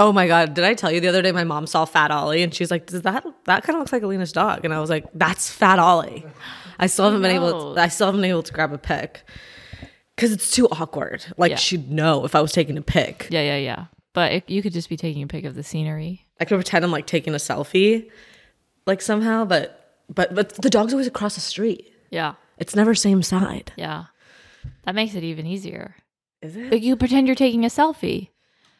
Oh my god, did I tell you the other day my mom saw Fat Ollie and she's like, "Does that that kind of looks like Alina's dog?" And I was like, "That's Fat Ollie." I still haven't been able No. to, I still haven't been able to grab a pic cuz it's too awkward. Like Yeah. she'd know if I was taking a pic. Yeah, yeah, yeah. But it, you could just be taking a pic of the scenery. I could pretend I'm like taking a selfie like somehow, but but but the dog's always across the street. Yeah, It's never same side. yeah. That makes it even easier. Is it? Like you pretend you're taking a selfie.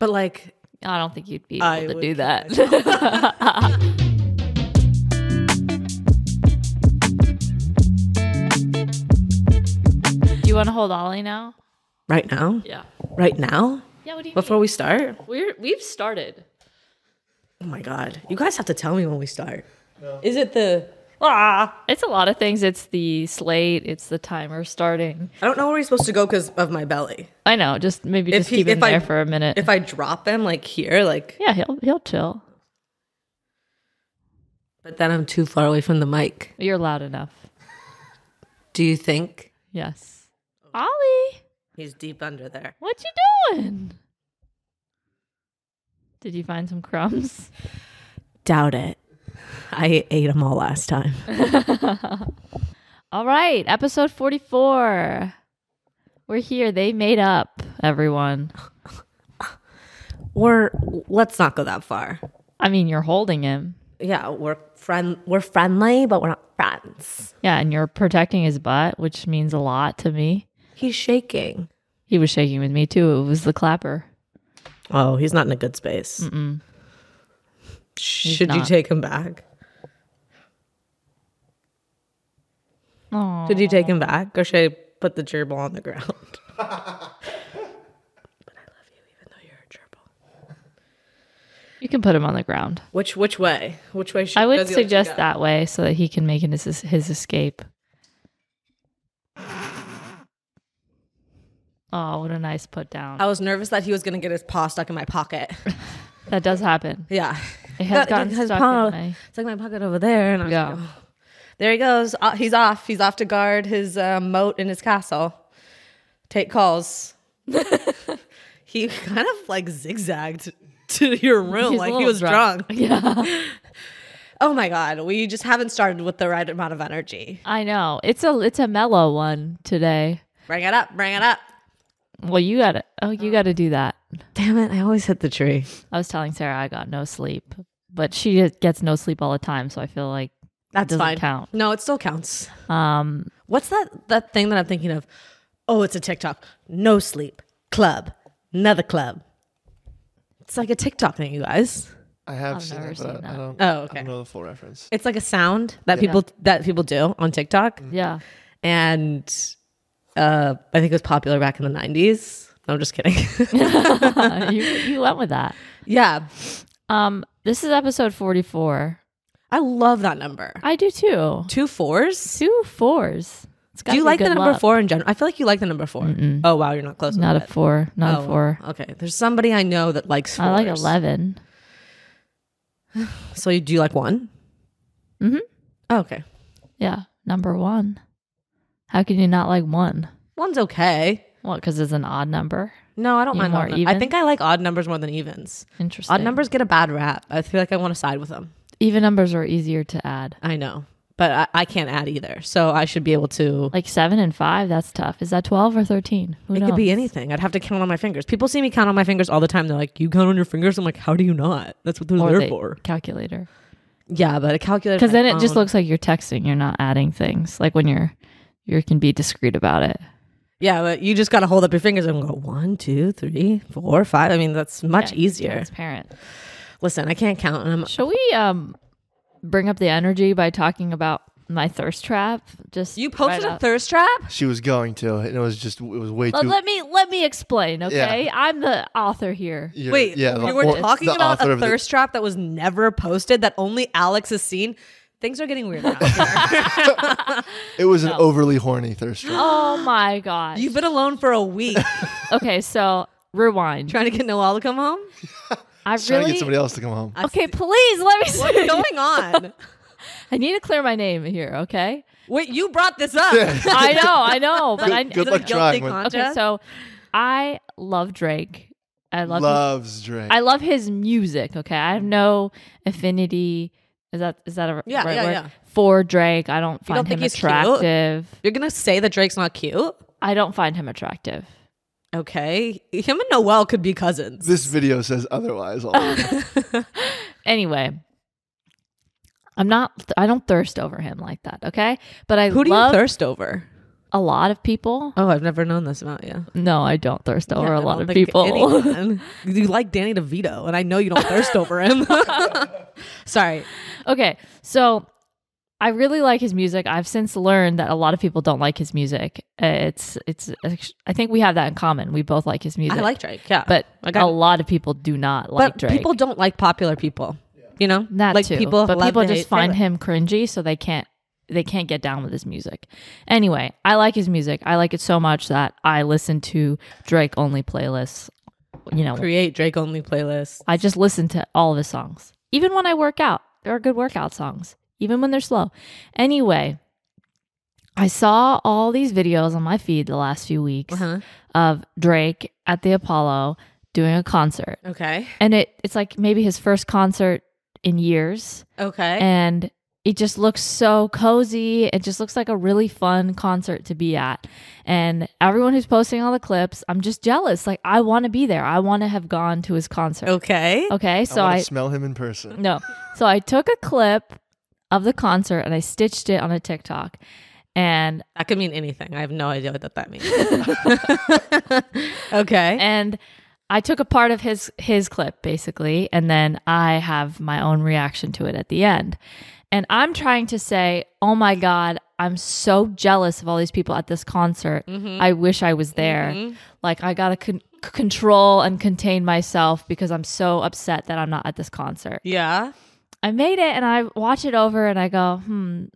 But like I don't think you'd be able I to would do kill that. do you want to hold Ollie now? right now? Yeah. Right now? Yeah. What do you? Before we start? We're we've started. Oh my god. You guys have to tell me when we start. Is it the ah It's a lot of things. It's the slate. It's the timer starting. I don't know where he's supposed to go because of my belly. I know. Just maybe just he- keep him if I- there for a minute. If I drop him like here, like, yeah, he'll he'll chill. but then I'm too far away from the mic. You're loud enough. Do you think Yes. Ollie, he's deep under there? what you doing? Did you find some crumbs? Doubt it. I ate them all last time. All right, episode 44. We're here. They made up, everyone. Or let's not go that far. I mean, you're holding him. Yeah, we're friend. We're friendly, but we're not friends. Yeah, and you're protecting his butt, which means a lot to me. He's shaking. He was shaking with me too. It was the clapper. Oh, he's not in a good space. Should you not. take him back? Oh, Should you take him back, or should I put the gerbil on the ground? but I love you, even though you're a gerbil. you can put him on the ground. Which which way? Which way should I would does he like to suggest go? that way so that he can make his his escape. Oh, what a nice put down. I was nervous that he was gonna get his paw stuck in my pocket. That does happen. Yeah, It has Got- gotten his stuck paw in my. stuck in my pocket over there, and I was Yeah. like, oh. there he goes. Uh, he's off. He's off to guard his uh, moat in his castle. Take calls. he kind of like zigzagged to your room He's a like he little was drunk. Yeah. Oh my god, we just haven't started with the right amount of energy. I know. It's a it's a mellow one today. Bring it up. Bring it up. Well, you got to Oh, you got to do that. Damn it! I always hit the tree. I was telling Sarah I got no sleep, but she just gets no sleep all the time, so I feel like That's doesn't fine. count. No, it still counts. um What's that that thing that I'm thinking of? Oh, it's a TikTok. No sleep club, another club. It's like a TikTok thing, you guys. I have I've seen, never it, seen but that. I don't. Oh, I okay. don't know the full reference. It's like a sound that people that people do on TikTok, yeah. and uh, I think it was popular back in the '90s. No, I'm just kidding. you you went with that. yeah, Um this is episode 44. I love that number. I do too. Two fours. Two fours. It's got Do you me like the good number luck. four in general? I feel like you like the number 4 Oh wow, you're not close. Not a enough. four. Not Oh, a four. Okay, there's somebody I know that likes. Fours. I like eleven. So you do you like one? Mhm. Oh, okay, Yeah, number one. How can you not like one? one's okay. What? Because it's an odd number. No, I don't You mind more odd numbers. I even? think I like odd numbers more than evens. Interesting. Odd numbers get a bad rap. I feel like I want to side with them. even numbers are easier to add. I know, but I, I can't add either, so I should be able to. Like seven and five. That's tough. Is that twelve or thirteen? Who It knows? could be anything. I'd have to count on my fingers. People see me count on my fingers all the time. They're like, "You count on your fingers." I'm like, "How do you not?" That's what they're Or there the for. calculator. Yeah, but a calculator. Because then it just phone- looks like you're texting. You're not adding things. Like when you're, you can be discreet about it. Yeah, but you just gotta hold up your fingers and go one, two, three, four, five. I mean, that's much Yeah, easier. Transparent. Listen, I can't count, and I'm Shall we um, bring up the energy by talking about my thirst trap? Just You posted right a up- thirst trap? She was going to, and it was just it was way Let, too. let me let me explain. Okay, I'm the author here. you're- Wait, yeah, you the were au- talking the about author a of the- thirst trap that was never posted that only Alex has seen. Things are getting weird. Now. it was an overly horny thirst trap. Oh my god. You've been alone for a week okay, so rewind. trying to get Noel to come home. I Trying to really get somebody else to come home. Okay, please let me What's see. going on? I need to clear my name here, okay? Wait, you brought this up. I know, I know, but I Good- good Is it a luck guilty trying. conscience? Okay, so I love Drake. I love. his- Loves Drake. I love his music. Okay, I have no affinity. Is that is that a Yeah, right yeah, word yeah. for Drake? I don't find don't think him he's cute? attractive. You're gonna say that Drake's not cute? I don't find him attractive. Okay, him and Noel could be cousins. this video says otherwise. Oh, already. Anyway, I'm not. I don't thirst over him like that. Okay, but I Who do love you thirst over? a lot of people. Oh, I've never known this about you. No, I don't thirst over Yeah, a I lot don't of think people. anyone- you like Danny DeVito, and I know you don't thirst over him. Sorry. okay, so I really like his music. I've since learned that a lot of people don't like his music. Uh, It's it's. I think we have that in common. We both like his music. I like Drake, yeah. but I a got lot of people do not like but Drake. people don't like popular people. You know, that like too, people, but love people to just hate find Taylor. him cringy, so they can't they can't get down with his music. Anyway, I like his music. I like it so much that I listen to Drake only playlists. You know, create Drake only playlists. I just listen to all of his songs, even when I work out. There are good workout songs, even when they're slow. Anyway, I saw all these videos on my feed the last few weeks Uh-huh. of Drake at the Apollo doing a concert Okay. and it it's like maybe his first concert in years Eh. Okay. and it just looks so cozy it just looks like a really fun concert to be at and everyone who's posting all the clips i'm just jealous like i want to be there i want to have gone to his concert okay, okay. so Oh. I, i, wanna smell him in person. no so i took a clip of the concert and i stitched it on a tiktok and That could mean anything. I have no idea what that, that means. okay. and I took a part of his his clip basically, and then I have my own reaction to it at the end. And I'm trying to say, "Oh my god, I'm so jealous of all these people at this concert. I wish I was there. Like I got to con- c- control and contain myself because I'm so upset that I'm not at this concert." Yeah. I made it and I watch it over and I go, "Hmm,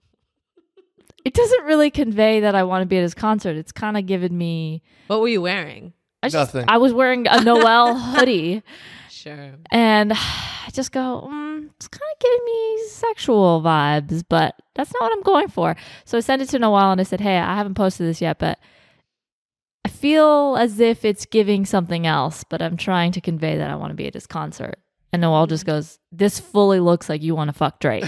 it doesn't really convey that I want to be at his concert. It's kind of given me What were you wearing? I just- Nothing. I was wearing a Noel hoodie, Sure. and I just go, mm, it's kind of giving me sexual vibes, but that's not what I'm going for. So I sent it to Noel, and I said, hey, I haven't posted this yet, but I feel as if it's giving something else, but I'm trying to convey that I want to be at his concert. And Noel just goes, this fully looks like you want to fuck Drake.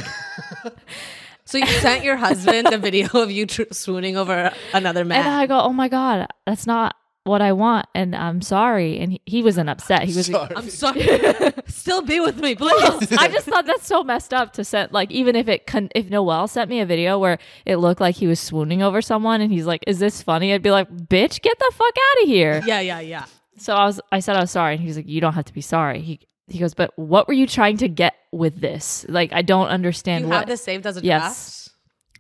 So you sent your husband a video of you tr- swooning over another man. and I go, oh my God, that's not what I want, and I'm sorry. And he, he wasn't upset. He was Sorry. I'm sorry. Still be with me, please. I just thought that's so messed up to send. Like, even if it con- if Noel sent me a video where it looked like he was swooning over someone, and he's like, "Is this funny?" I'd be like, "Bitch, get the fuck out of here." yeah, yeah, yeah. So I was, I said I was sorry, and he was like, "You don't have to be sorry." He he goes, "But what were you trying to get with this? Like, I don't understand You what." have this saved as a Yes.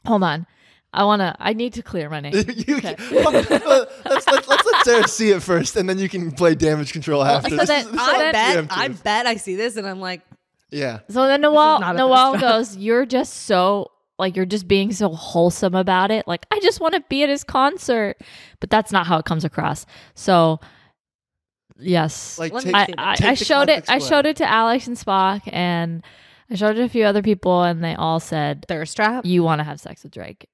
Hold on, I wanna, I need to clear my name. You can- let's, let's, let's let Sarah see it first, and then you can play damage control after. so This then- draft? is- this So Oh, I then- is bet. preemptive. I bet I see this and I'm like, yeah. So then Noel not a Noel best goes, "You're just so like you're just being so wholesome about it. Like I just want to be at his concert." But that's not how it comes across. So yes. Like Let me take, I, see that. I, take I the showed it context I away. showed it to Alex and Spock and I showed it to a few other people and they all said thirst trap. you want to have sex with Drake.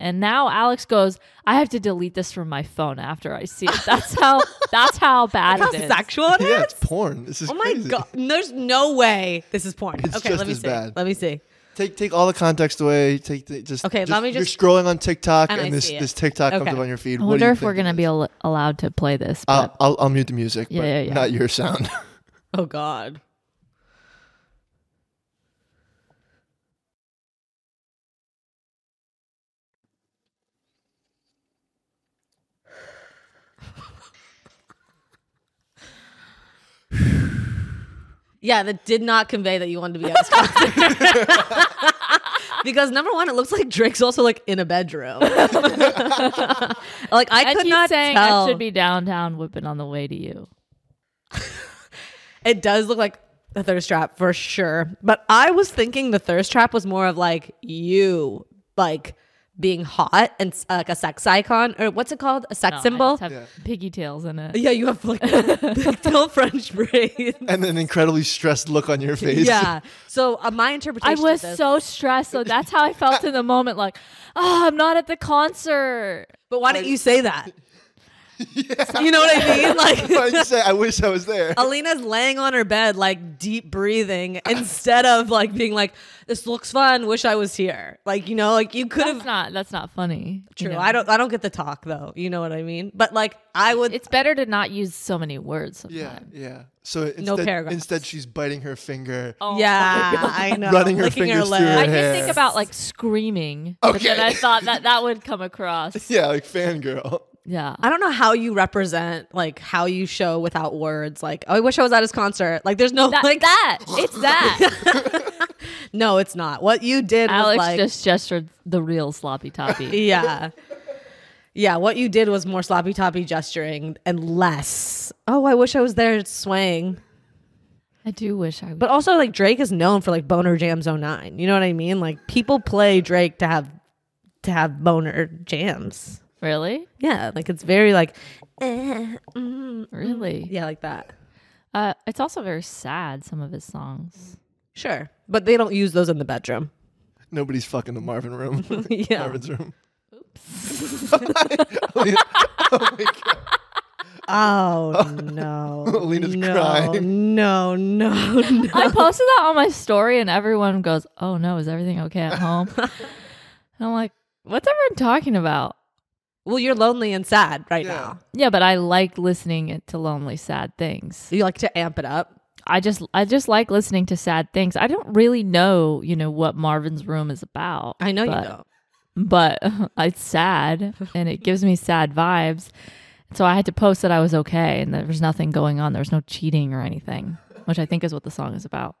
And now Alex goes, I have to delete this from my phone after I see it. That's how that's how bad How it is. sexual it Yeah, is. it's porn. This is Oh my crazy. god! There's no way this is porn. It's okay, just let me as see. bad. Let me see. Take take all the context away. Take the, just Okay, let me You're just- scrolling on TikTok, And and, I this see it. this TikTok comes Okay. up on your feed. I What do wonder you if we're think Uh, gonna of be this? al- allowed to play this. but- I'll, I'll I'll mute the music, Yeah, but yeah, yeah. not your sound. Oh god. Yeah, that did not convey that you wanted to be at his concert. because number one, it looks like Drake's also like in a bedroom. like I and could he's not saying tell. I should be downtown whipping on the way to you. It does look like a thirst trap for sure. But I was thinking the thirst trap was more of like you, like being hot and s- uh, like a sex icon or what's it called? A sex No, I symbol? just have piggy tails in it. yeah, you have like big tail French braids. and an incredibly stressed look on your face. yeah. So uh, my I interpretation was of this, so stressed, so that's how I felt in the moment. Like, oh, I'm not at the concert. but why didn't you say that? You know what I mean? Like I say, I wish I was there. Alina's laying on her bed, like deep breathing, instead of like being like, "This looks fun. Wish I was here." Like you know, like you could That's have. not that's not funny. you True. know? I don't. I don't get the talk though. You know what I mean? But like, I would. It's better to not use so many words. Yeah, Sometimes. yeah. So instead, paragraphs. instead she's biting her finger. Oh, yeah, I know. Running her Licking fingers through I lip. her did think hair. about like screaming. Okay. But then Okay. I thought that that would come across. Yeah, like fangirl. Yeah. I don't know how you represent like how you show without words. Like, oh, I wish I was at his concert. Like, there's no That, like that. It's that. No, it's not. What you did was Alex like just gestured the real sloppy toppy. yeah. Yeah, what you did was more sloppy toppy gesturing and less. Oh, I wish I was there swaying. I do wish I would. But also like Drake is known for like boner jams 09. You know what I mean? Like people play Drake to have to have boner jams. really? Yeah, like it's very like eh, Really? yeah, like that. Uh, it's also very sad, some of his songs. Sure. But they don't use those in the bedroom. Nobody's fucking the Marvin room. Yeah. Marvin's room. Oh no. Alina's no, crying. No, no, no. I posted that on my story, and everyone goes, Oh no, is everything okay at home? and I'm like, What's everyone talking about? Well, you're lonely and sad right Yeah. now. Yeah, but I like listening to lonely, sad things. You like to amp it up. I just, I just like listening to sad things. I don't really know, you know, what Marvin's Room is about. I know but- you don't. but it's sad and it gives me sad vibes. So I had to post that I was okay and there was nothing going on. There was no cheating or anything, which I think is what the song is about.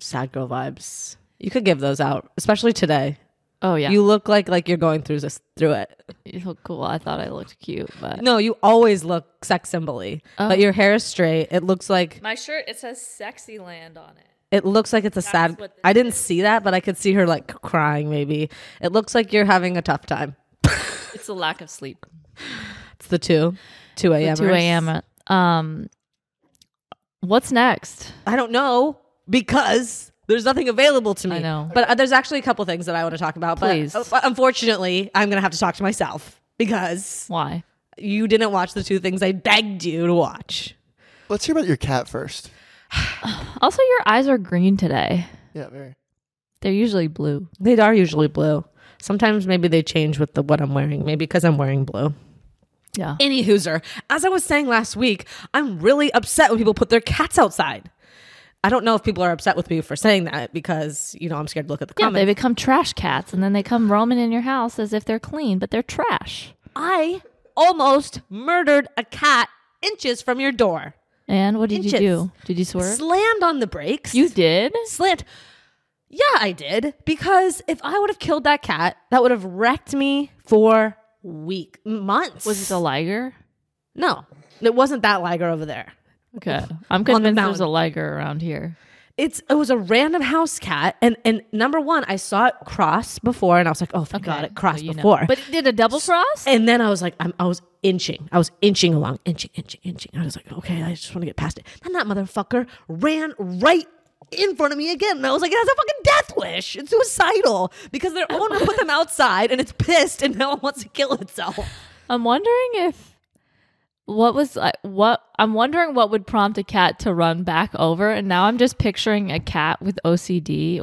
Sad girl vibes. You could give those out, especially today. Oh yeah, You look like like you're going through this through it. you look cool. I thought I looked cute, but No, you always look sex symboly, but your hair is straight. It looks like my shirt it says "Sexy Land" on it. it looks like it's a sad. what this I didn't see that, but I could see her like crying. Maybe it looks like you're having a tough time. It's a lack of sleep. It's the two, two a.m. Two a.m. Um, what's next? I don't know because there's nothing available to me. I know. But uh, there's actually a couple things that I want to talk about. Please. But uh, unfortunately, I'm going to have to talk to myself because Why? you didn't watch the two things I begged you to watch. Let's hear about your cat first. Also, your eyes are green today. Yeah, very. They're usually blue. They are usually blue. Sometimes maybe they change with the what I'm wearing, maybe because I'm wearing blue. Yeah. Anywhooser, as I was saying last week, I'm really upset when people put their cats outside. I don't know if people are upset with me for saying that because, you know, I'm scared to look at the Yeah, comments. they become trash cats, and then they come roaming in your house as if they're clean, but they're trash. I almost murdered a cat inches from your door. And what did you Inches. do? Did you swerve? Slammed on the brakes. you did? slammed. Yeah, I did. Because if I would have killed that cat, that would have wrecked me for week, months. Was it a liger? no, it wasn't that liger over there. Okay. I'm the convinced there's mountain. a liger around here. It's it was a random house cat, and and number one, I saw it cross before, and I was like, oh, thank God, Okay, it crossed so you know. before. But it did a double cross? And then I was like, I'm, I was inching. I was inching along, inching, inching, inching. I was like, okay, I just want to get past it. Then that motherfucker ran right in front of me again. And I was like, it has a fucking death wish. It's suicidal because their owner put them outside and it's pissed and now it wants to kill itself. I'm wondering if what was like what I'm wondering what would prompt a cat to run back over and now I'm just picturing a cat with OCD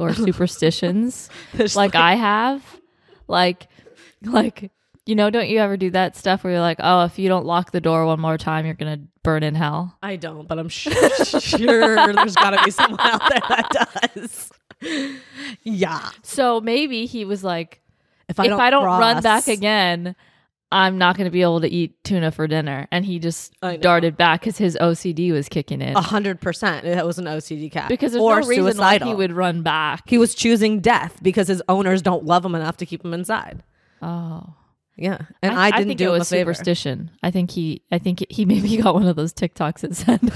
or superstitions like, I have like like you know don't you ever do that stuff where you're like oh if you don't lock the door one more time you're going to burn in hell I don't, but I'm sure, sure there's got to be someone out there that does. Yeah. so maybe he was like If I if I don't run cross- back again, I'm not going to be able to eat tuna for dinner. And he just I know. Oh, darted back because his OCD was kicking in. A hundred percent. It was an OCD cat. because there's or no reason suicidal. why he would run back. He was choosing death because his owners don't love him enough to keep him inside. Oh, Yeah, and I, didn't think do it him was a favor. superstition. I think he, I think he maybe got one of those TikToks that said,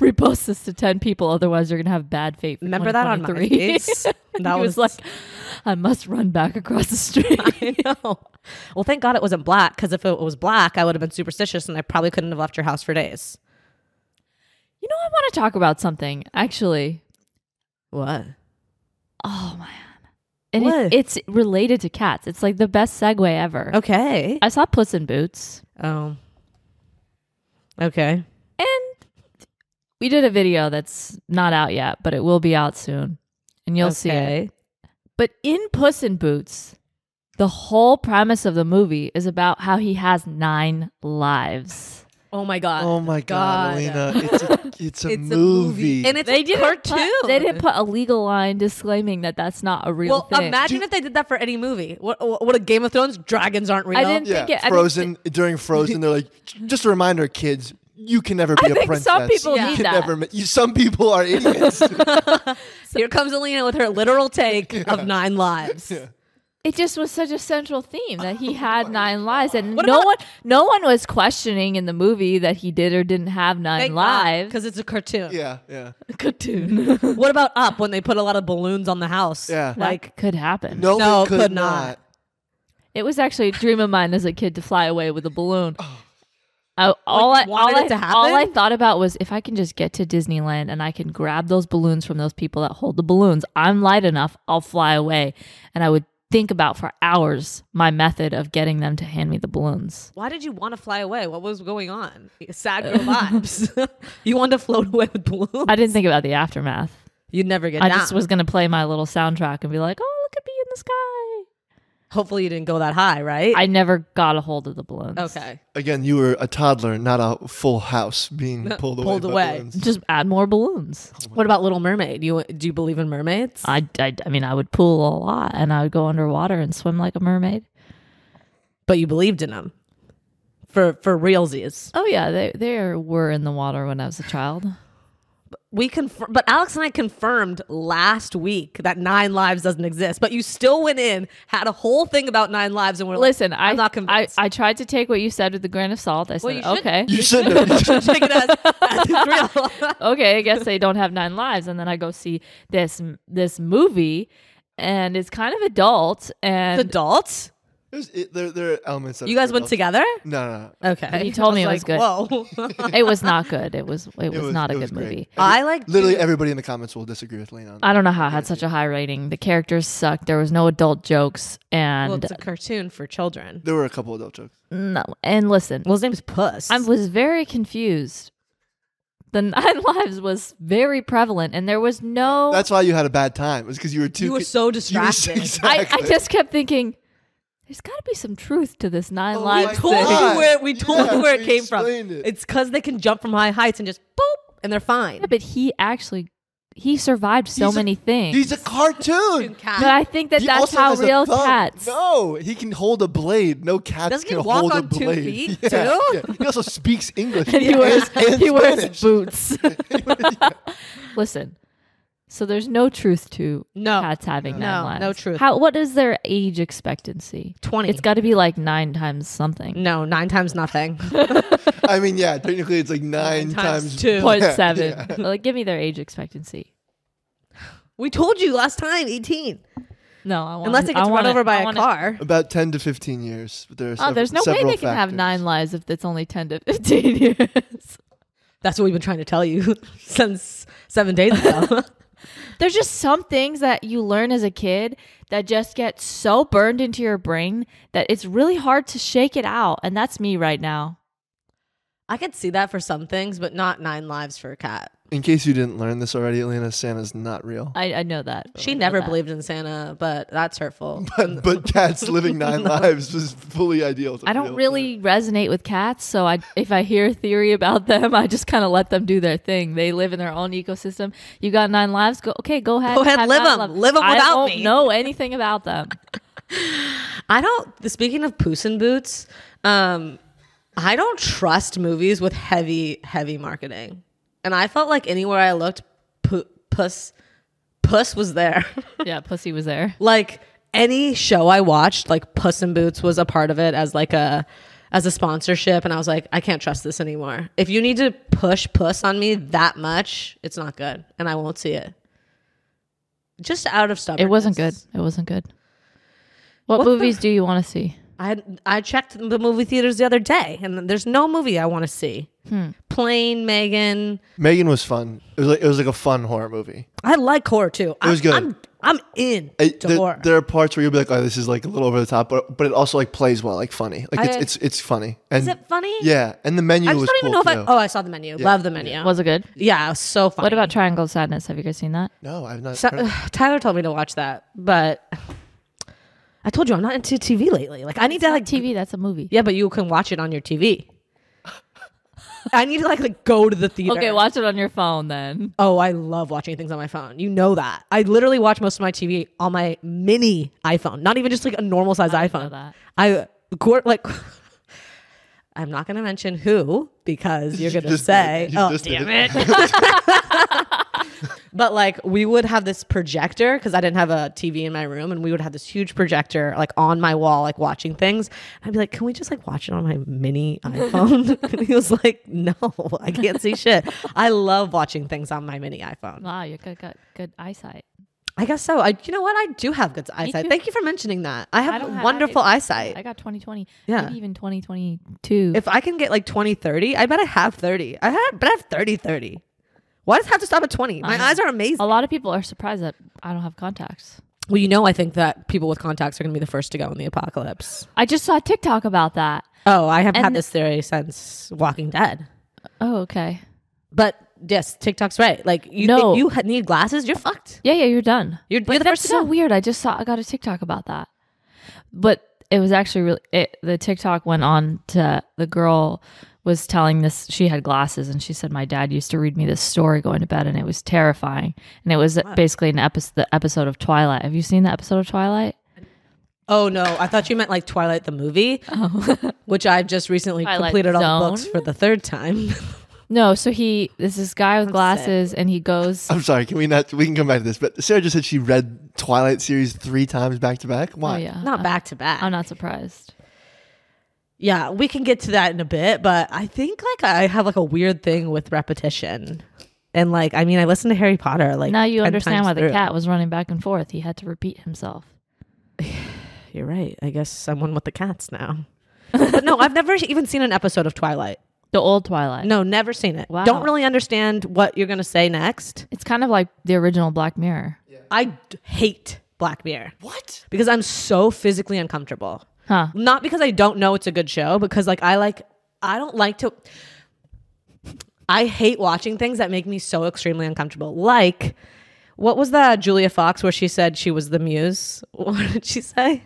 "Repost this to ten people, otherwise you're gonna have bad fate." for Remember that on my 2023." face? That he was, was- like, "I must run back across the street." I know. Well, thank God it wasn't black because if it was black, I would have been superstitious and I probably couldn't have left your house for days. you know, I want to talk about something actually. What? Oh man. And What? Oh. it, it's related to cats. It's like the best segue ever. Okay. I saw Puss in Boots. Oh, Okay. And we did a video that's not out yet, but it will be out soon. And you'll see it. Okay. But in Puss in Boots, the whole premise of the movie is about how he has nine lives. Oh my god. Oh my god, Elena! It's a, it's a It's a movie. And it's they a didn't cartoon. Put, they didn't put a legal line disclaiming that that's not a real well, thing. imagine Do- if they did that for any movie. What? What? A Game of Thrones? Dragons aren't real. I didn't yeah, think it. I think Frozen during Frozen, they're like, just a reminder, kids, you can never be a think princess. some people Yeah. you need can that. never. ma- You, some people are idiots. Here comes Alina with her literal take of nine lives. it just was such a central theme that he had nine lives, and no one, no one was questioning in the movie that he did or didn't have nine lives. because it's a cartoon. yeah, yeah, cartoon, What about Up when they put a lot of balloons on the house? yeah. Like like could happen. no, no, we could, could not. not. It was actually a dream of mine as a kid to fly away with a balloon. I, all Oh. Like, I you all wanted it I, to all I happen? thought about was if I can just get to Disneyland and I can grab those balloons from those people that hold the balloons, I'm light enough, I'll fly away. And I would think about for hours my method of getting them to hand me the balloons. Why did you want to fly away? What was going on? Sad girl vibes. you wanted to float away with balloons. I didn't think about the aftermath. You'd never get I down. just was gonna play my little soundtrack and be like, "Oh, look at me in the sky." Hopefully, you didn't go that high, right? I never got a hold of the balloons. okay. Again, you were a toddler, not a full house being pulled away. pulled by away. balloons. just add more balloons. What about Little Mermaid? You do you believe in mermaids? I, I, I mean, I would pool a lot and I would go underwater and swim like a mermaid. but you believed in them for for realsies. Oh, yeah. They, they were in the water when I was a child. We confirm, but Alex and I confirmed last week that Nine Lives doesn't exist. But you still went in, had a whole thing about Nine Lives, and we're Listen, like, I, I'm not I, convinced. I tried to take what you said with a grain of salt. I Well, said, you should. okay, You shouldn't have. you Take it as, as it's real. okay, I guess they don't have nine lives. And then I go see this this movie and it's kind of adult. And Adults, There's, it, there, there are elements. Of you guys went adults. together? No, no, no. Okay, He told me it was good. Whoa, it was not good. It was, it was, was- not a it good was great. movie. I like Literally everybody in the comments will disagree with Lena. On that. I don't know how it had such a high rating. The characters sucked. There was no adult jokes, and Well, it's a cartoon for children. There were a couple adult jokes. no. And listen, Well, his name's Puss. I was very confused. The Nine Lives was very prevalent, and there was no. That's why you had a bad time. It was because you were too. you were co- so you were so- distracted. I, I exactly. just kept thinking, there's got to be some truth to this Nine Oh my Lives told thing. God. you where we told Yeah, you where it we came from. explained it. It's because they can jump from high heights and just boop, and they're fine. Yeah, but he actually he survived so He's a- many things. He's a cartoon. Cat. but I think that He that's also how has a real thumb. cats. No, he can hold a blade. No cats Doesn't he can walk hold a on two blade. feet, Yeah, too? yeah. He also speaks English. And he wears and- and he wears Spanish. boots. Listen, so there's no truth to No. cats having nine No, lives. no truth. How what is their age expectancy? 20. It's got to be like nine times something. no, nine times nothing. I mean, yeah, technically it's like nine, times times, two. Point Yeah, seven. yeah. Like, give me their age expectancy. we told you last time, eighteen. No, I want. Unless it gets run I want over by I a want car. About ten to fifteen years. But there are Oh, several, there's no way several they can have factors. nine lives if it's only ten to fifteen years. That's what we've been trying to tell you since seven days ago. There's just some things that you learn as a kid that just get so burned into your brain that it's really hard to shake it out. And that's me right now. I could see that for some things, but not nine lives for a cat. In case you didn't learn this already, Elena, Santa's not real. I, I know that. I She know never that. believed in Santa, but that's hurtful. But, but cats living nine lives was fully ideal. to I don't real- really resonate with cats, so I if I hear a theory about them, I just kind of let them do their thing. They live in their own ecosystem. You got nine lives, go okay, go ahead, Go ahead, have live nine 'em. lives. Live 'em I without don't me. know anything about them. I don't. Speaking of Puss in Boots, um, I don't trust movies with heavy, heavy marketing. And I felt like anywhere I looked, pu- Puss, Puss was there. yeah, pussy was there. like any show I watched, like Puss in Boots was a part of it as like a as a sponsorship, and I was like, I can't trust this anymore. If you need to push Puss on me that much, it's not good, and I won't see it. Just out of stubbornness. It wasn't good. It wasn't good. What, What the- movies do you want to see? I had- I checked the movie theaters the other day, and there's no movie I want to see. Hmm. Plain Megan. Megan was fun. It was like it was like a fun horror movie. I like horror too. It was good. I'm, I'm in I- to there, horror. there are parts where you'll be like, "Oh, this is like a little over the top," but but it also like plays well, like funny. Like it's I- it's it's funny. And Is it funny? Yeah, and the menu I just was don't even know cool if I. too. Oh, I saw the menu. Love the menu. Was it good? Yeah, it was so funny. What about Triangle of Sadness? Have you guys seen that? no, I've not. So, heard- Tyler told me to watch that, but I told you I'm not into TV lately. Like I need to like TV, that's a movie. Yeah, but you can watch it on your TV. I need to like, like go to the theater. Okay, watch it on your phone then. Oh, I love watching things on my phone. You know that. I literally watch most of my TV on my mini iPhone, not even just like a normal size know iPhone. that. I Gor- like. I'm not gonna mention who because you're gonna just did say, it. You "Oh, just did damn it." it!" but like, we would have this projector because I didn't have a TV in my room, and we would have this huge projector like on my wall, like watching things. I'd be like, "Can we just like watch it on my mini iPhone?" and he was like, "No, I can't see shit." I love watching things on my mini iPhone. Wow, you got, got good eyesight. I guess so. I, you know what? I do have good eyesight. too. Thank you for mentioning that. I have don't have- I wonderful didn't- eyesight. I got 2020. Yeah. Maybe even 2022. if I can get like 20, 30, I bet I have 30. I had, but I have 30, 30. Why does it have to stop at 20? My Um, eyes are amazing. a lot of people are surprised that I don't have contacts. Well, you know, I think that people with contacts are going to be the first to go in the apocalypse. I just saw TikTok about that. Oh, I have had And- this theory since Walking Dead. Oh, okay. But yes, TikTok's right. Like, you No. think you ha- need glasses, you're fucked. Yeah, yeah, you're done. You're- But you're the that's first to so go. weird. I just saw I got a TikTok about that, but it was actually really it, the TikTok went on to the girl was telling this she had glasses and she said my dad used to read me this story going to bed and it was terrifying and it was basically an episode the episode of Twilight. Have you seen the episode of Twilight? Oh, no. I thought you meant like Twilight the movie, which I've just recently Oh. Twilight completed all the Zone? books for the third time. No. So he this this guy with glasses and he goes. I'm sorry. Can we not? We can come back to this. But Sarah just said she read Twilight series three times back to back. Why? Oh yeah, Not back to back. I'm not surprised. Oh, Yeah, we can get to that in a bit, but I think like I have like a weird thing with repetition. And like I mean I listen to Harry Potter like Now you 10 understand times why the through. cat was running back and forth. He had to repeat himself. You're right. I guess I'm one with the cats now. but no, I've never even seen an episode of Twilight. The old Twilight. No, never seen it. Wow. Don't really understand what you're going to say next. It's kind of like the original Black Mirror. I d- hate Black Mirror What? because I'm so physically uncomfortable. Huh. Not because I don't know it's a good show, because like I like I don't like to I hate watching things that make me so extremely uncomfortable. Like what was that Julia Fox where she said she was the muse? What did she say?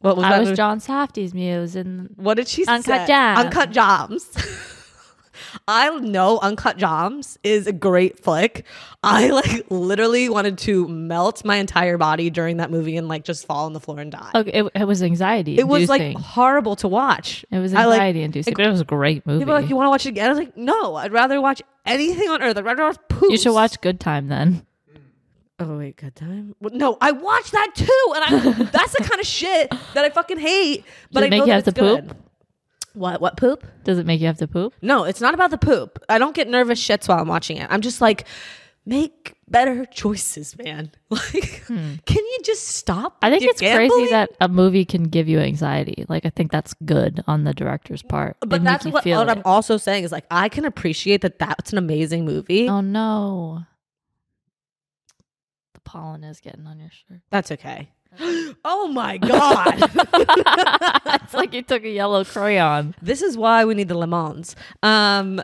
What was I that? was movie- John Safdie's muse and what did she say? Uncut Gems. Uncut Jams. I know Uncut Jams is a great flick. I like literally wanted to melt my entire body during that movie and like just fall on the floor and die. okay, it, it was anxiety. It was like inducing. horrible to watch. it was I, like, anxiety inducing, but it was a great movie. People are like, you want to watch it again? I was like, no, I'd rather watch anything on earth. I'd rather watch poop. you should watch Good Time then. Oh wait, good time. Well, no, I watched that too, and I that's the kind of shit that I fucking hate. But Does it I make know you that have to it's good. poop? What? What poop? Does it make you have to poop? No, it's not about the poop. I don't get nervous shits while I'm watching it. I'm just like, make better choices, man. Like, can you just stop? Hmm. I with think your it's crazy gambling? that a movie can give you anxiety. Like I think that's good on the director's part. They But make that's you what, feel what I'm it. also saying is like, I can appreciate that. That's an amazing movie. Oh no. The pollen is getting on your shirt. That's okay. oh my god. it's like you took a yellow crayon. this is why we need the Le Mans. Um,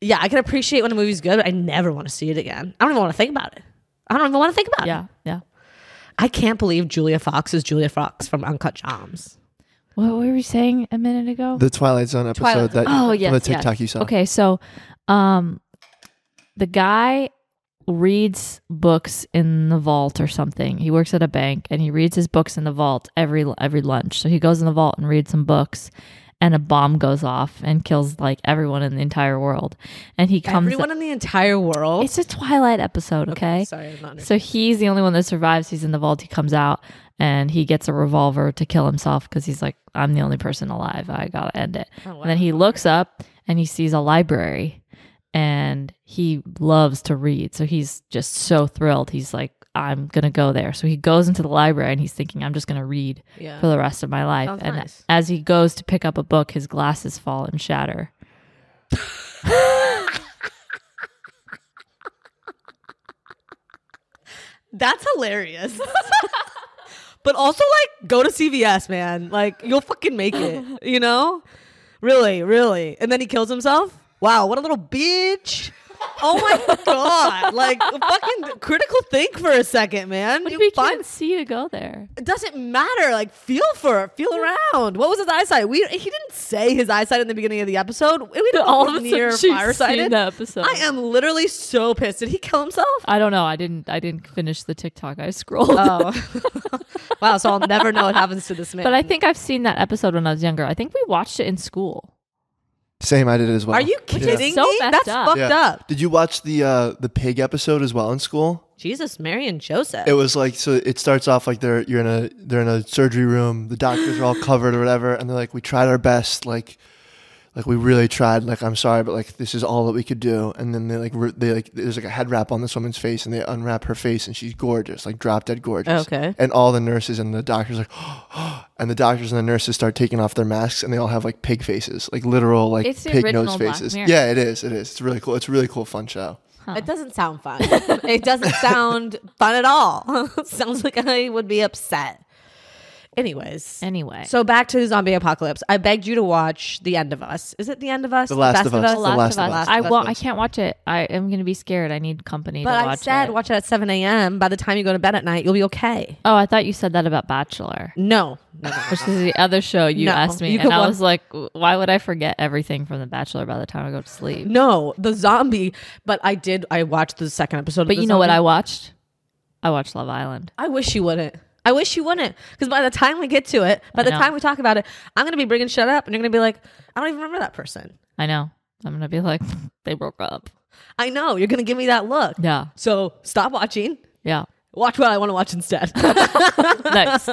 yeah, I can appreciate when a movie's good, but I never want to see it again. I don't even want to think about it. I don't even want to think about it. Yeah, yeah. I can't believe Julia Fox is Julia Fox from Uncut Gems. What were we saying a minute ago? The Twilight Zone episode Twilight that Oh yes, from the TikTok yes. you saw. Okay, so um, the guy reads books in the vault or something. He works at a bank and he reads his books in the vault every every lunch. So he goes in the vault and reads some books, and a bomb goes off and kills like everyone in the entire world. And he comes. Everyone in the entire world. it's a Twilight episode, okay? Sorry, I'm not. understanding. So he's the only one that survives. He's in the vault. He comes out and he gets a revolver to kill himself because he's like, I'm the only person alive. I gotta end it. Oh, And then he looks up and he sees a library and he loves to read. So he's just so thrilled. He's like, I'm gonna go there. So he goes into the library and he's thinking, I'm just gonna read Yeah. for the rest of my life. Sounds and nice. as he goes to pick up a book, his glasses fall and shatter. That's hilarious. but also like go to CVS, man. Like you'll fucking make it, you know? Really, really. And then he kills himself? Wow, what a little bitch. Oh my god. Like fucking critical think for a second, man. But You we find- can't see you go there. it doesn't matter. Like, feel for it. Feel around. What was his eyesight? We he didn't say his eyesight in the beginning of the episode. We didn't All all of of a sudden near she's seen firesighted. the episode. I am literally so pissed. Did he kill himself? I don't know. I didn't. I didn't finish the TikTok. I scrolled. Oh, wow. So I'll never know what happens to this man. But I think I've seen that episode when I was younger. I think we watched it in school. Same, I did it as well. Are you kidding so me? messed That's up. fucked Yeah. up. Did you watch the uh, the pig episode as well in school? Jesus, Mary, and Joseph. It was like so. It starts off like they're you're in a they're in a surgery room. The doctors are all covered or whatever, and they're like, "We tried our best, like, like we really tried. Like, I'm sorry, but like this is all that we could do." And then they like re- they like there's like a head wrap on this woman's face, and they unwrap her face, and she's gorgeous, like drop dead gorgeous. Oh, Okay. And all the nurses and the doctors are like, and the doctors and the nurses start taking off their masks, and they all have like pig faces, like literal like It's the pig nose original Black faces. Mirror. Yeah, it is. It is. It's really cool. It's a really cool fun show. It doesn't sound fun. it doesn't sound fun at all. Sounds like I would be upset. Anyways. Anyway, So back to the zombie apocalypse. I begged you to watch The End of Us. Is it The End of Us? The Last of Us. The The Last, Last of of Us. Us. I Last won't. of I Us. can't watch it. I am going to be scared. I need company But to I watch said it. watch it at 7 a.m. By the time you go to bed at night, you'll be okay. oh, I thought you said that about Bachelor, No. No, no, no. which is the other show you No, asked me, you and could I wa- was like, "W- why would I forget everything from the Bachelor by the time I go to sleep? No, the zombie. But I did. I watched the second episode. But you know what I watched? I watched Love Island. I wish you wouldn't. I wish you wouldn't. Because by the time we get to it, by the know. time we talk about it, I'm gonna be bringing shit up, and you're gonna be like, I don't even remember that person. I know. I'm gonna be like, they broke up. I know you're gonna give me that look. Yeah. So stop watching. Yeah. Watch what I want to watch instead. Nice.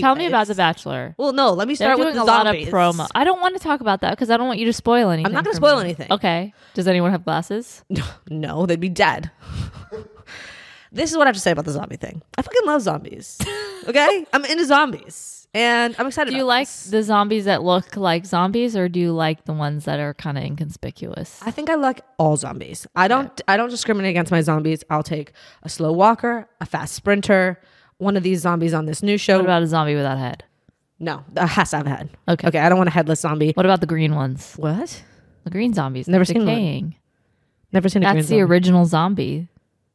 Tell me Anyways. about The Bachelor. Well, no. Let me They're start doing with the a lot of zombies. promo. I don't want to talk about that because I don't want you to spoil anything. not gonna for spoil me. anything. Okay. Does anyone have glasses? No, they'd be dead. this is what I have to say about the zombie thing. I fucking love zombies. Okay, I'm into zombies, and I'm excited. Do you about like this. the zombies that look like zombies, or do you like the ones that are kind of inconspicuous? I think I like all zombies. I don't. I don't discriminate against my zombies. I'll take a slow walker, a fast sprinter, one of these zombies on this new show. What about a zombie without a head? no, that has to have a head. Okay. Okay. I don't want a headless zombie. What about the green ones? What? The green zombies. Never they're seen one. decaying. Never seen a That's the green zombie. original zombie.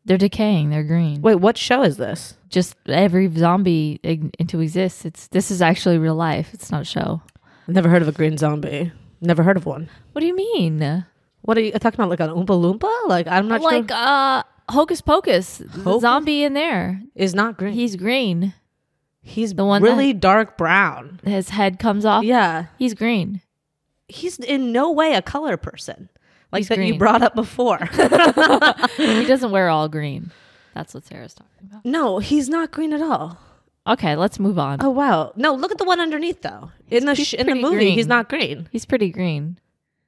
They're decaying. They're green. Wait, what show is this? Just every zombie ig- into exists. It's this is actually real life. It's not a show. Never heard of a green zombie. Never heard of one. What do you mean? What are you talking about? Like an Oompa Loompa? Like I'm not Like sure. uh, Hocus Pocus, the Hocus- zombie in there. Is not green. He's green. He's the the one Oh. one really dark brown. His head comes off. Yeah, He's green. he's in no way a color person like He's that green. you brought up before. He doesn't wear all green. That's what Sarah's talking about. no, he's not green at all. Okay, let's move on. Oh wow! No, look at the one underneath though. in the he's sh- in the pretty movie, green. he's not green. He's pretty green.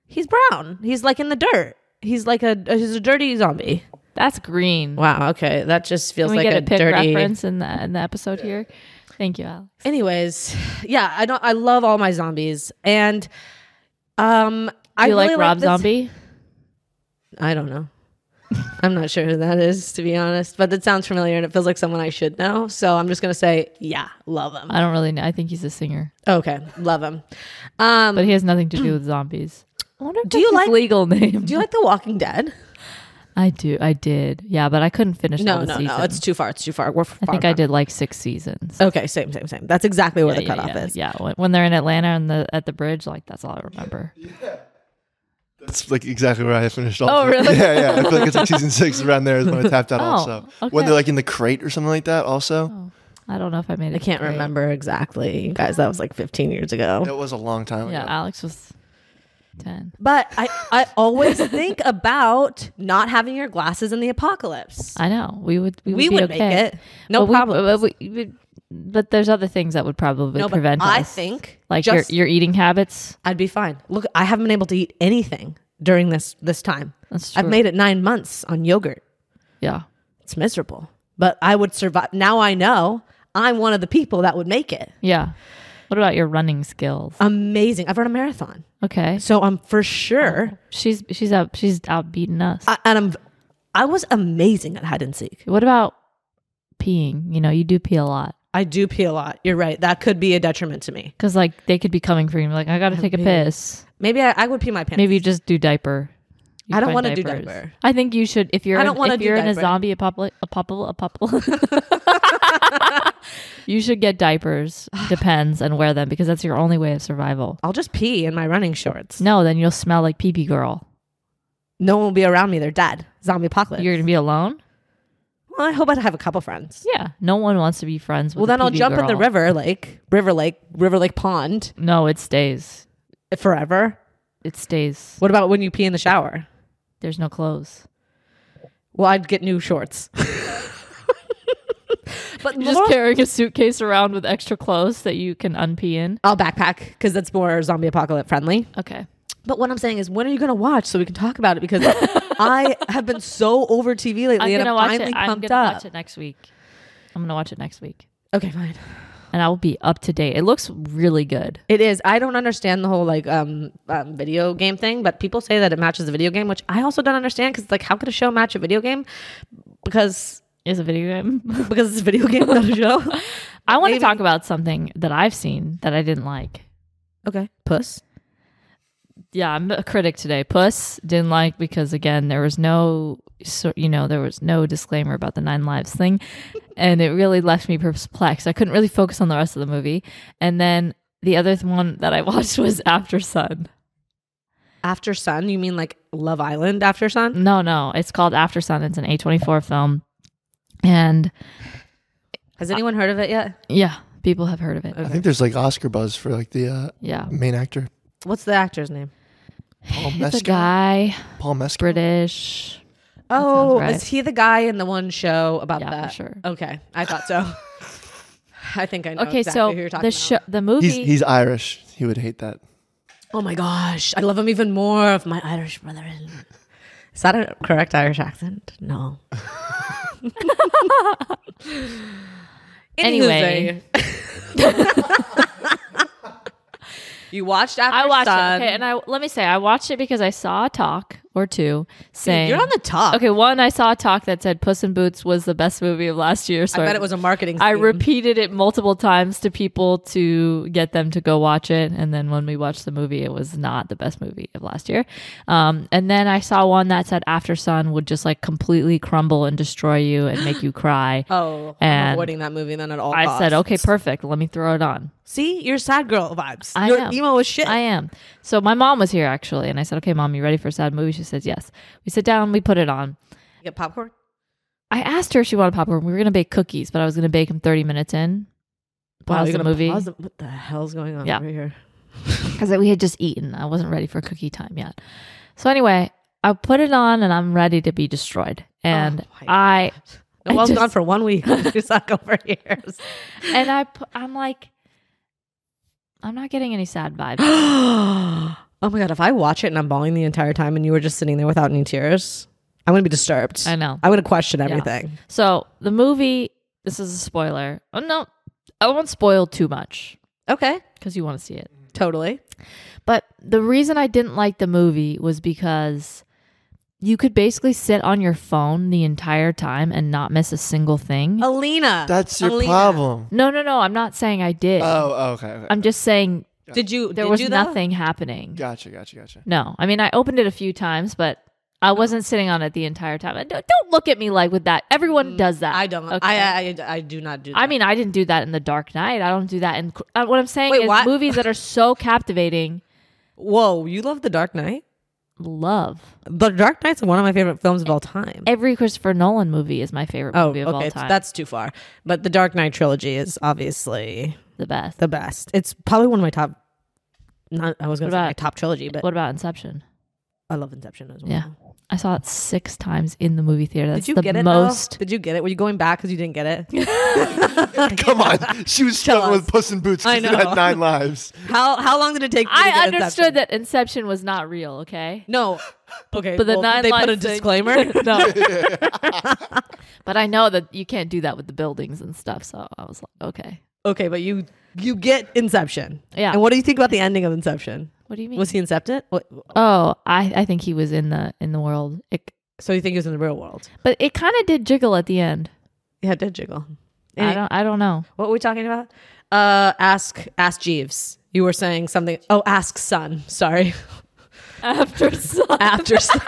He's brown. He's like in the dirt. He's like a he's a dirty zombie. That's green. Wow. Okay, that just feels Can we like get a, a, pick dirty. reference in the in the episode here? Thank you, Alex. Anyways, yeah, I don't. I love all my zombies, and um, I Do you like really Rob this- Zombie? I don't know. I'm not sure who that is, to be honest, but that sounds familiar and it feels like someone I should know. So I'm just going to say, yeah, love him. I don't really know. I think he's a singer, Okay, love him. Um, but he has nothing to do with zombies. I wonder if Do that's you his like- legal name? do you like The Walking Dead? I do. I did. Yeah, but I couldn't finish. all No, the no, season. no. It's too far. It's too far. We're far I think I did like six seasons. Okay, same, same, same. That's exactly where the yeah, cutoff yeah, is. yeah. When, when they're in Atlanta and the at the bridge, like that's all I remember. That's like exactly where I finished all. Oh, of it. really? Yeah, yeah. I feel like it's like season six around there is when I tapped out. Oh, also, okay. when they're like in the crate or something like that. Also, I don't know if I made it. I can't great. remember exactly, you guys. That was like 15 years ago. that was a long time Yeah, ago. Alex was ten. But I, I always think about not having your glasses in the apocalypse. I know. We would. We would, we be would okay. make it. No but we- problem. but, we, we- but there's other things that would probably no, but prevent I us. think like just your your eating habits. I'd be fine. Look, I haven't been able to eat anything during this this time. That's I've true. made it nine months on yogurt. Yeah. It's miserable, but I would survive. Now I know I'm one of the people that would make it. Yeah. What about your running skills? Uh, Amazing! I've run a marathon, Okay. so I'm for Oh. sure. She's she's out she's outbeating us. I, and I'm, I was amazing at hide and seek. what about peeing. You know, you do pee a lot I do pee a lot. You're right. That could be a detriment to me. because like they could be coming for you. and be Like I got to take a piss. Maybe I, I would pee my pants. Maybe you just do diaper. You I don't find wanna do diapers. diaper. I think you should if you're I don't in, wanna if do you're in a diaper. zombie apocalypse apocalypse. you should get diapers. Depends and wear them because that's your only way of survival. I'll just pee in my running shorts. No, then you'll smell like pee pee girl. No one will be around me. They're dead. Zombie apocalypse. You're gonna be alone. well, I hope I have a couple friends. Yeah, no one wants to be friends with. Well, a then I'll pee-pee jump in the girl. river, like River Lake, River Lake Pond, No, it stays. forever. It stays. What about when you pee in the shower? There's no clothes. Well, I'd get new shorts. but You're just more- carrying a suitcase around with extra clothes that you can unpee in. I'll backpack because that's more zombie apocalypse friendly. Okay. But what I'm saying is, when are you going to watch so we can talk about it? Because I have been so over TV lately, I'm and gonna I'm watch finally it. I'm pumped gonna up. watch it next week. I'm gonna watch it next week, Okay, fine. and I will be up to date. It looks really good. It is. I don't understand the whole like um, um video game thing, but people say that it matches the video game, which I also don't understand because like how could a show match a video game? Because Is a video game. because it's a video game, not a show. I want to Maybe. talk about something that I've seen that I didn't like. Okay, puss. Yeah, I'm a critic today. Puss didn't like because again there was no, so- you know, there was no disclaimer about the nine lives thing, and it really left me perplexed. I couldn't really focus on the rest of the movie, and then the other th- one that I watched was After Sun. After Sun, you mean like Love Island After Sun? No, no, it's called After Sun. It's an A24 film, and Uh, Has anyone heard of it yet? Yeah, people have heard of it. I think there's like Oscar buzz for like the uh, Yeah. main actor, What's the actor's name? Paul It's a Oh, Mescal. guy, Paul Mescal. British. Oh, right. is he the guy in the one show about Yeah, for that? sure. Okay, I thought so. I think I know Okay, exactly who you're so talking the about. show, the movie. He's he's Irish. He would hate that. oh my gosh, I love him even more of my Irish brethren. Is that a correct Irish accent? No. Anyway. you watched after I watched Sun. it. Okay, and I let me say, I watched it because I saw a talk or two saying You're on the top. Okay, one I saw a talk that said Puss in Boots was the best movie of last year. So I bet it was a marketing. I scheme. repeated it multiple times to people to get them to go watch it. And then when we watched the movie, it was not the best movie of last year. Um, and then I saw one that said After Sun would just like completely crumble and destroy you and make you cry. Oh, And I'm avoiding that movie then at all. I costs. said, okay, perfect. Let me throw it on. See, you're sad girl vibes. I Your am. emo is shit. I am. So my mom was here actually. And I said, okay, mom, you ready for a sad movie? She says, yes. We sit down, we put it on. Get popcorn. I asked her if she wanted popcorn. We were going to bake cookies, but I was going to bake them 30 minutes in. Wow, Pause you're the gonna movie. pause the- what the hell's going on Yeah. over here? because we had just eaten. I wasn't ready for cookie time yet. So anyway, I put it on and I'm ready to be destroyed. And Oh, my No, I I well, I was just- gone for one week. you suck over here. and I pu- I'm like, I'm not getting any sad vibes. oh my god! If I watch it and I'm bawling the entire time, and you were just sitting there without any tears, I'm gonna be disturbed. I know. I'm gonna question Yeah. everything. So the movie. This is a spoiler. Oh no, I won't spoil too much Okay, because you want to see it. totally. But the reason I didn't like the movie was because you could basically sit on your phone the entire time and not miss a single thing. Oh. Alina, That's your Alina. problem. No, no, no. I'm not saying I did. Oh, oh, okay, okay. I'm just saying Did you? there did was you, though? nothing happening. Gotcha, gotcha, gotcha. No, I mean I opened it a few times, but Oh. I wasn't sitting on it the entire time. And Don't, don't look at me like with that. Everyone does that. Mm, I uh, don't. okay? I, I I do not do. That. I mean, I didn't do that in The Dark Knight. I don't do that in. Uh, what I'm saying Wait, is what? movies that are so captivating, whoa! You love The Dark Knight. love. The Dark Knight's one of my favorite films of all time. Every Christopher Nolan movie is my favorite Oh, movie of all okay, time. that's too far. But the Dark Knight trilogy is obviously the best. the best. It's probably one of my top. Not I was going to say about- my top trilogy, but what about Inception? I love Inception as well. Yeah, I saw it six times in the movie theater. That's Did you the get it? though? most. Did you get it? Were you going back because you didn't get it? Come on, she was us. struggling with Puss in Boots. 'cause I it know. had nine lives. how how long did it take? For you to I get Inception? understood that Inception was not real. Okay. No. Okay, But the well, nine they put a lives thing- disclaimer. no. but I know that you can't do that with the buildings and stuff. So I was like, okay. okay, but you you get Inception. Yeah. And what do you think about the ending of Inception? What do you mean? Was he incepted? What, oh, I, I think he was in the in the world. It, so you think he was in the real world? but it kind of did jiggle at the end. Yeah, it did jiggle. I don't. I don't know. What were we talking about? Uh, ask ask Jeeves. You were saying something. Oh, ask Sun. Sorry, After sun. after Sun.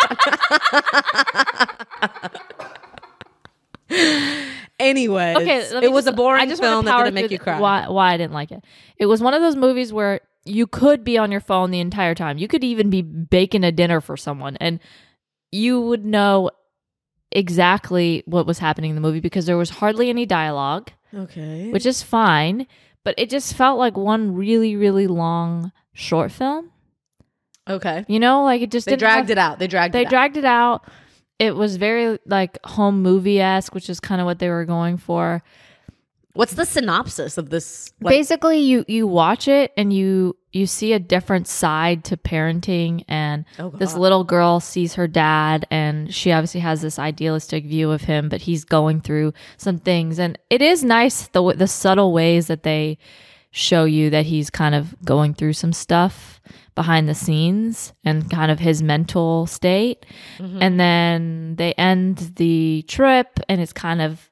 anyway, Okay, let me it was just- a boring I just wanna film that power didn't make through you the- cry. Why, why I didn't like it? It was one of those movies where you could be on your phone the entire time. You could even be baking a dinner for someone, and you would know exactly what was happening in the movie because there was hardly any dialogue, Okay, which is fine. But it just felt like one really, really long short film. okay. You know, like it just They didn't have- dragged it out. They dragged. they it out. dragged it out. It was very like home movie esque, which is kind of what they were going for. What's the synopsis of this? like- basically you you watch it and you you see a different side to parenting and Oh, this God. little girl sees her dad and she obviously has this idealistic view of him but he's going through some things and it is nice the w- the subtle ways that they show you that he's kind of going through some stuff behind the scenes and kind of his mental state Mm-hmm. and then they end the trip and it's kind of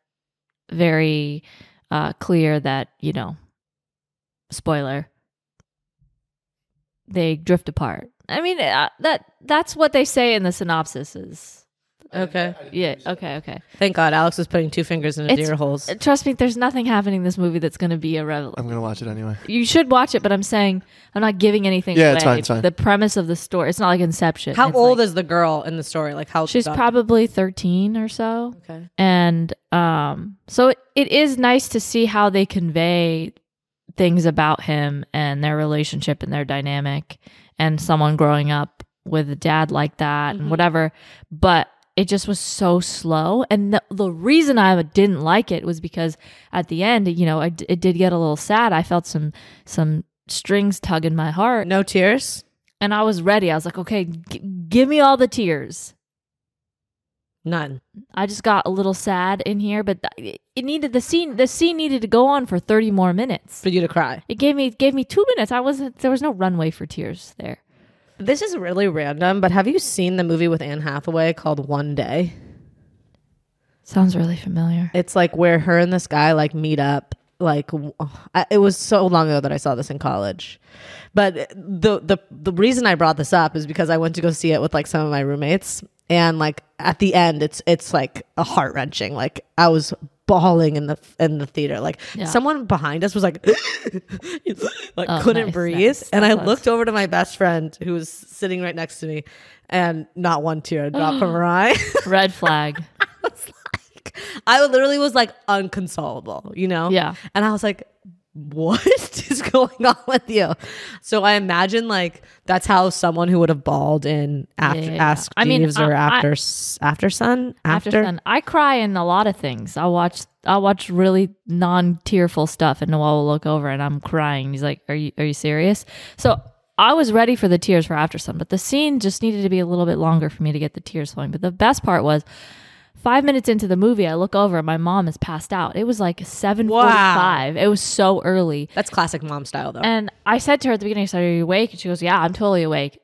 very uh, clear that you know spoiler they drift apart i mean uh, that that's what they say in the synopsis is okay. yeah okay okay Thank God, Alex was putting two fingers in his It's- ear holes. Uh, trust me there's nothing happening in this movie that's going to be a revel I'm gonna watch it anyway. you should watch it but i'm saying i'm not giving anything Yeah, away it's fine, it's fine. the premise of the story it's not like inception How It's old like- is the girl in the story? Like how she's the- probably 13 or so okay. and um so it, it is nice to see how they convey things about him and their relationship and their dynamic and someone growing up with a dad like that and whatever but it just was so slow and the, the reason i didn't like it was because at the end you know I d it did get a little sad i felt some some strings tug in my heart No tears. and i was ready i was like okay g- give me all the tears None. I just got a little sad in here, but th- it- it needed the scene. The scene needed to go on for thirty more minutes. For you to cry. It gave me it gave me two minutes. I wasn't there was no runway for tears there. This is really random, but have you seen the movie with Anne Hathaway called One Day? Sounds really familiar. It's like where her and this guy like meet up. Like w- I- it was so long ago that I saw this in college, but the the the reason I brought this up is because I went to go see it with like some of my roommates, and like at the end, it's it's like a heart wrenching. Like I was bawling in the in the theater. Like Yeah. someone behind us was like like Oh, couldn't nice, breathe, nice. and I That's nice. looked over to my best friend who was sitting right next to me, and not one tear dropped from her eye. Red flag. like I literally was like unconsolable, you know? Yeah. And I was like, what is going on with you? So I imagine like that's how someone who would have bawled in after yeah, yeah. Ask I mean, Jeeves or I- I- after S- after Sun After, sun, I cry in a lot of things. I watch I watch really non tearful stuff, and Noel will look over and I'm crying. He's like, "Are you are you serious?" So I was ready for the tears for after sun, but the scene just needed to be a little bit longer for me to get the tears flowing. But the best part was. Five minutes into the movie, I look over and my mom is passed out. It was like seven forty-five. It was so early, That's classic mom style though. and I said to her at the beginning, I said, Are you awake? And she goes, Yeah, I'm totally awake.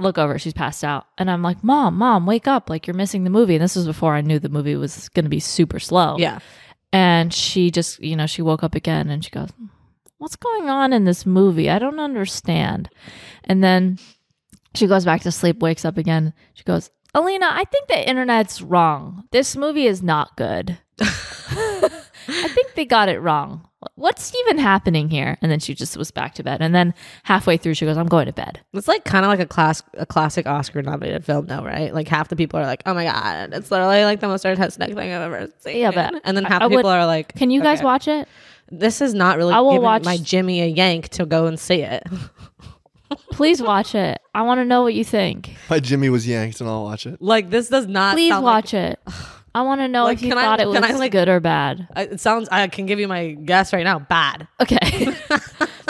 Look over, she's passed out. And I'm like, Mom, mom, wake up. Like, you're missing the movie. And this was before I knew the movie was going to be super slow. yeah. And she just, you know, she woke up again and she goes, What's going on in this movie? I don't understand. And then she goes back to sleep, wakes up again. She goes, Alina, I think the internet's wrong. This movie is not good. I think they got it wrong. What's even happening here? And then she just was back to bed. And then halfway through, she goes, I'm going to bed. It's like kind of like a class a classic Oscar nominated film though, right? Like half the people are like, "Oh my god, it's literally like the most artistic thing I've ever seen." Yeah, but and then I- half I the would- people are like, Can you guys "Okay, watch it? This is not really I will giving watch- my Jimmy a yank to go and see it. Please watch it. I want to know what you think. My Jimmy was yanked, and I'll watch it. Like this does not. Please sound watch it. I want to know Like, if you can I- thought it was can I, like- good or bad. Like, uh, it sounds. I can give you my guess right now. Bad. Okay.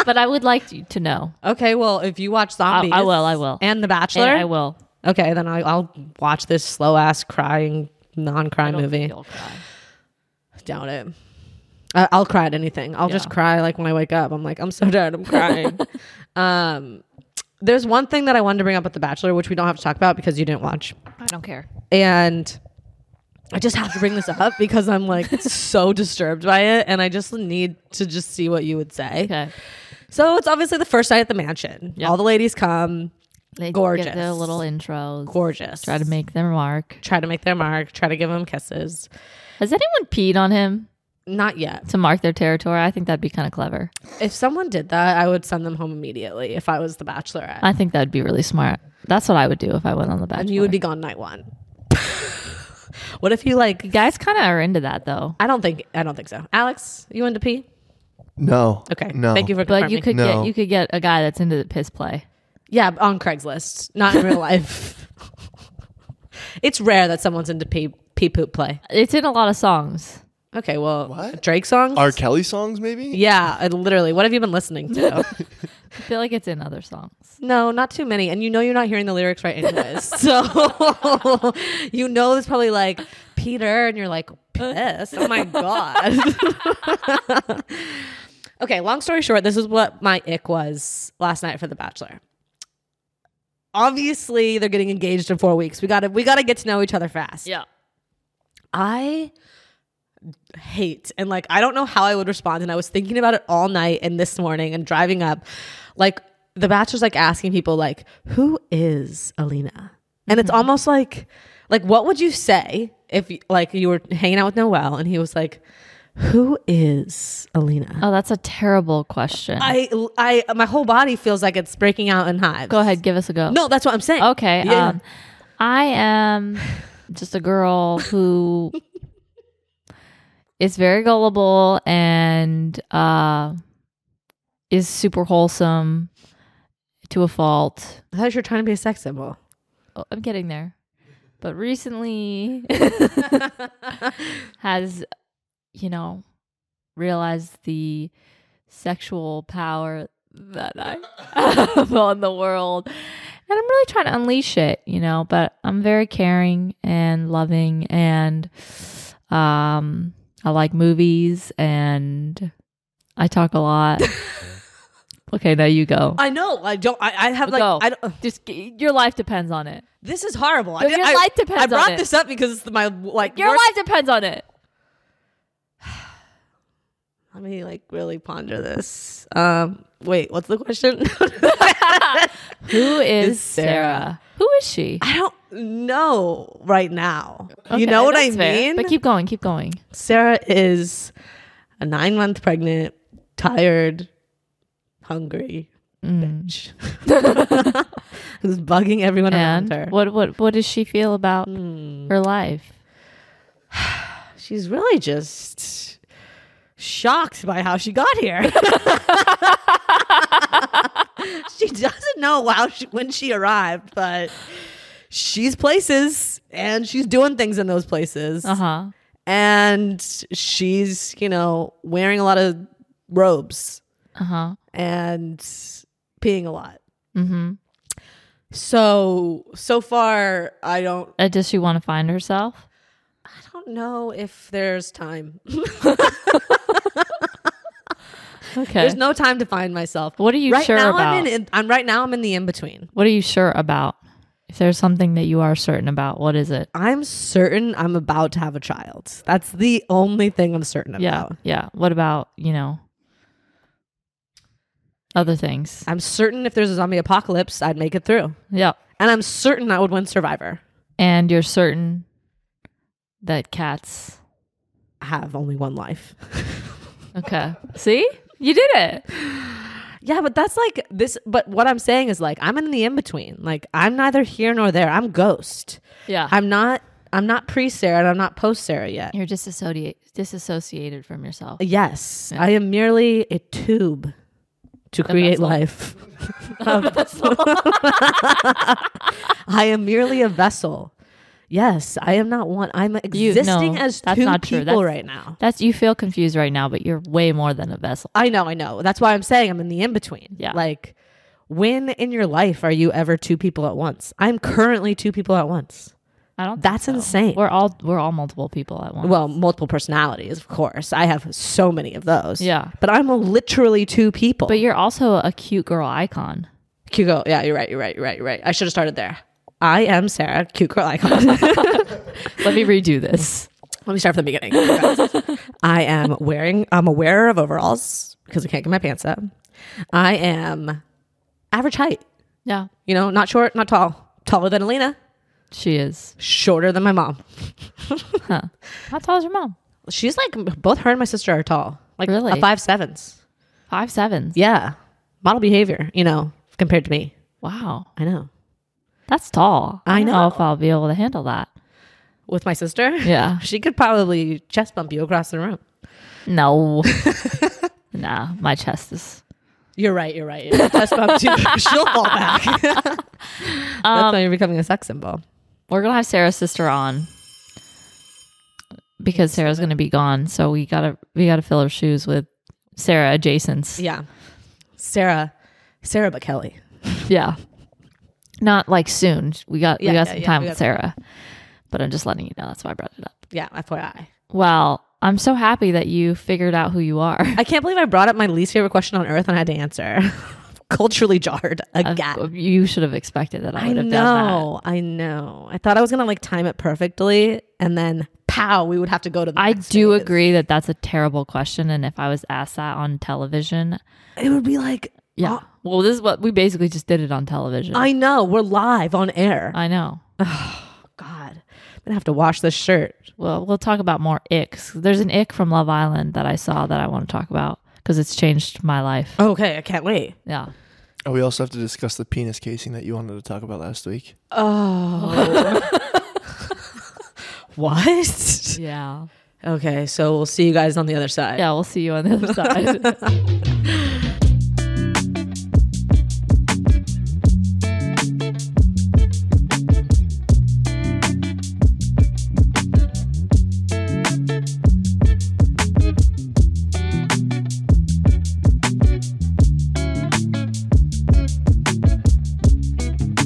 but I would like you to know. Okay. Well, if you watch zombies, I will, I will. and The Bachelor, And I will. Okay, then I, I'll watch this slow ass crying non-crime movie. You'll cry. Doubt it. I, I'll cry at anything. I'll just Yeah. cry like when I wake up. I'm like, I'm so tired. I'm crying. um, there's one thing that I wanted to bring up with The Bachelor, which we don't have to talk about because you didn't watch. I don't care. and I just have to bring this up because I'm like so disturbed by it, and I just need to just see what you would say. Okay. So it's obviously the first night at the mansion. Yeah. All the ladies come, They Gorgeous. Get their little intros. gorgeous. Try to make their mark. try to make their mark. Try to give them kisses. Has anyone peed on him Not yet. to mark their territory? I think that'd be kind of clever. If someone did that, I would send them home immediately. If I was the Bachelorette, I think that'd be really smart. That's what I would do if I went on the bachelor. and you would be gone night one. what if you like? Guys kind of are into that though. I don't think. I don't think so. Alex, you into pee? No. Okay. No. Thank you for But you confirming. could No. get you could get a guy that's into the piss play. Yeah, on Craigslist, not in real life. it's rare that someone's into pee pee poop play. It's in a lot of songs. Okay, well, What? Drake songs? R. Kelly songs, maybe. yeah, I- literally. What have you been listening to? I feel like it's in other songs. no, not too many. And you know you're not hearing the lyrics right anyways. so you know it's probably like Peter, and you're like piss. Oh my god. okay, long story short, this is what my ick was last night for The Bachelor. Obviously, they're getting engaged in four weeks. We gotta we gotta get to know each other fast. Yeah. I hate and like I don't know how I would respond and I was thinking about it all night and this morning and driving up like the bachelor's like asking people like who is Alina and Mm-hmm. it's almost like like what would you say if like you were hanging out with Noel and he was like who is Alina Oh, that's a terrible question. I I my whole body feels like it's breaking out in hives go ahead, give us a go. no that's what I'm saying Okay. Yeah. Um, I am just a girl who is very gullible and uh, is super wholesome to a fault. I thought you were trying to be a sex symbol Oh, I'm getting there. But recently has, you know, realized the sexual power that I have on the world. And I'm really trying to unleash it, you know, but I'm very caring and loving and um I like movies and I talk a lot. okay, now you go. I know I don't I, I have like Go. I don't Just your life depends on it. This is horrible. I No, did- your I, life depends I on brought it. this up because it's my like Your worst- life depends on it. Let me like really ponder this. Um, wait, what's the question? Who is, Is Sarah? Sarah. Who is she? I don't know right now. Okay, you know what I that's fair. mean? But keep going, keep going. Sarah is a nine month pregnant, tired, hungry Mm. bitch who's bugging everyone around her. And what what what does she feel about Hmm. her life? She's really just shocked by how she got here. she doesn't know how she, when she arrived, but she's places and she's doing things in those places. Uh huh. And she's, you know, wearing a lot of robes Uh huh. and peeing a lot. Mm-hmm. So, so far, I don't Uh, does she want to find herself? I don't know if there's time. Okay. There's no time to find myself. What are you right sure now about? I'm in, in I'm right now I'm in the in between. what are you sure about? If there's something that you are certain about, what is it? I'm certain I'm about to have a child. That's the only thing I'm certain about. Yeah. Yeah. What about you know other things? I'm certain if there's a zombie apocalypse, I'd make it through. Yeah. And I'm certain I would win Survivor. And you're certain that cats I have only one life. Okay. See? You did it. yeah, but that's like this but what I'm saying is like I'm in the in between. Like I'm neither here nor there. I'm ghost. Yeah. I'm not I'm not pre Sarah and I'm not post Sarah yet. You're disassociate disassociated from yourself. Yes, I am merely a tube to create life. I am merely a vessel. Yes, I am not one. I'm existing no, as that's two not true. people That's- right now. That's you feel confused right now, but you're way more than a vessel. I know, I know. That's why I'm saying I'm in the in between. Yeah. Like, when in your life are you ever two people at once? I'm currently two people at once. I don't think That's so. insane. We're all we're all multiple people at once. well, multiple personalities, of course. I have so many of those. Yeah. But I'm literally two people. But you're also a cute girl icon. Hugo, yeah, you're right, you're right, you're right, you're right. I should have started there. I am Sarah, cute girl icon. Let me redo this. Let me start from the beginning. I am wearing, I'm a wearer of overalls because I can't get my pants up. I am average height, Yeah, you know, not short, not tall, taller than Alina, she is. shorter than my mom. How tall is your mom? She's like, both her and my sister are tall, like Really? a five sevens. Five sevens. Yeah. Model behavior, you know, compared to me. Wow, I know. that's tall. I don't know. if I'll be able to handle that. With my sister, Yeah. she could probably chest bump you across the room. No. nah, my chest is. You're right. You're right. If I Chest bump you. She'll fall back. Um, That's why you're becoming a sex symbol. We're gonna have Sarah's sister on because Sarah's gonna be gone, so we gotta we gotta fill her shoes with Sarah adjacents. Yeah. Sarah, Sarah, but Kelly. Yeah. Not like soon. We got Yeah, we got yeah, some yeah, time we got with some- Sarah. But I'm just letting you know that's why I brought it up. Yeah, FYI. Well, I'm so happy that you figured out who you are. I can't believe I brought up my least favorite question on earth and I had to answer. Culturally jarred again. You should have expected that I I would have done that. know. I know. I thought I was gonna like time it perfectly, and then pow, we would have to go to. the I next do phase. agree that that's a terrible question, and if I was asked that on television, It would be like, yeah. oh, well, this is what we basically just did it on television. I know we're live on air. I know. God, I'm gonna have to wash this shirt. Well, we'll talk about more icks. There's an ick from Love Island that I saw that I want to talk about because it's changed my life. Okay, I can't wait. Yeah. Oh, we also have to discuss the penis casing that you wanted to talk about last week. Oh. what? Yeah. Okay, so we'll see you guys on the other side. Yeah, we'll see you on the other side.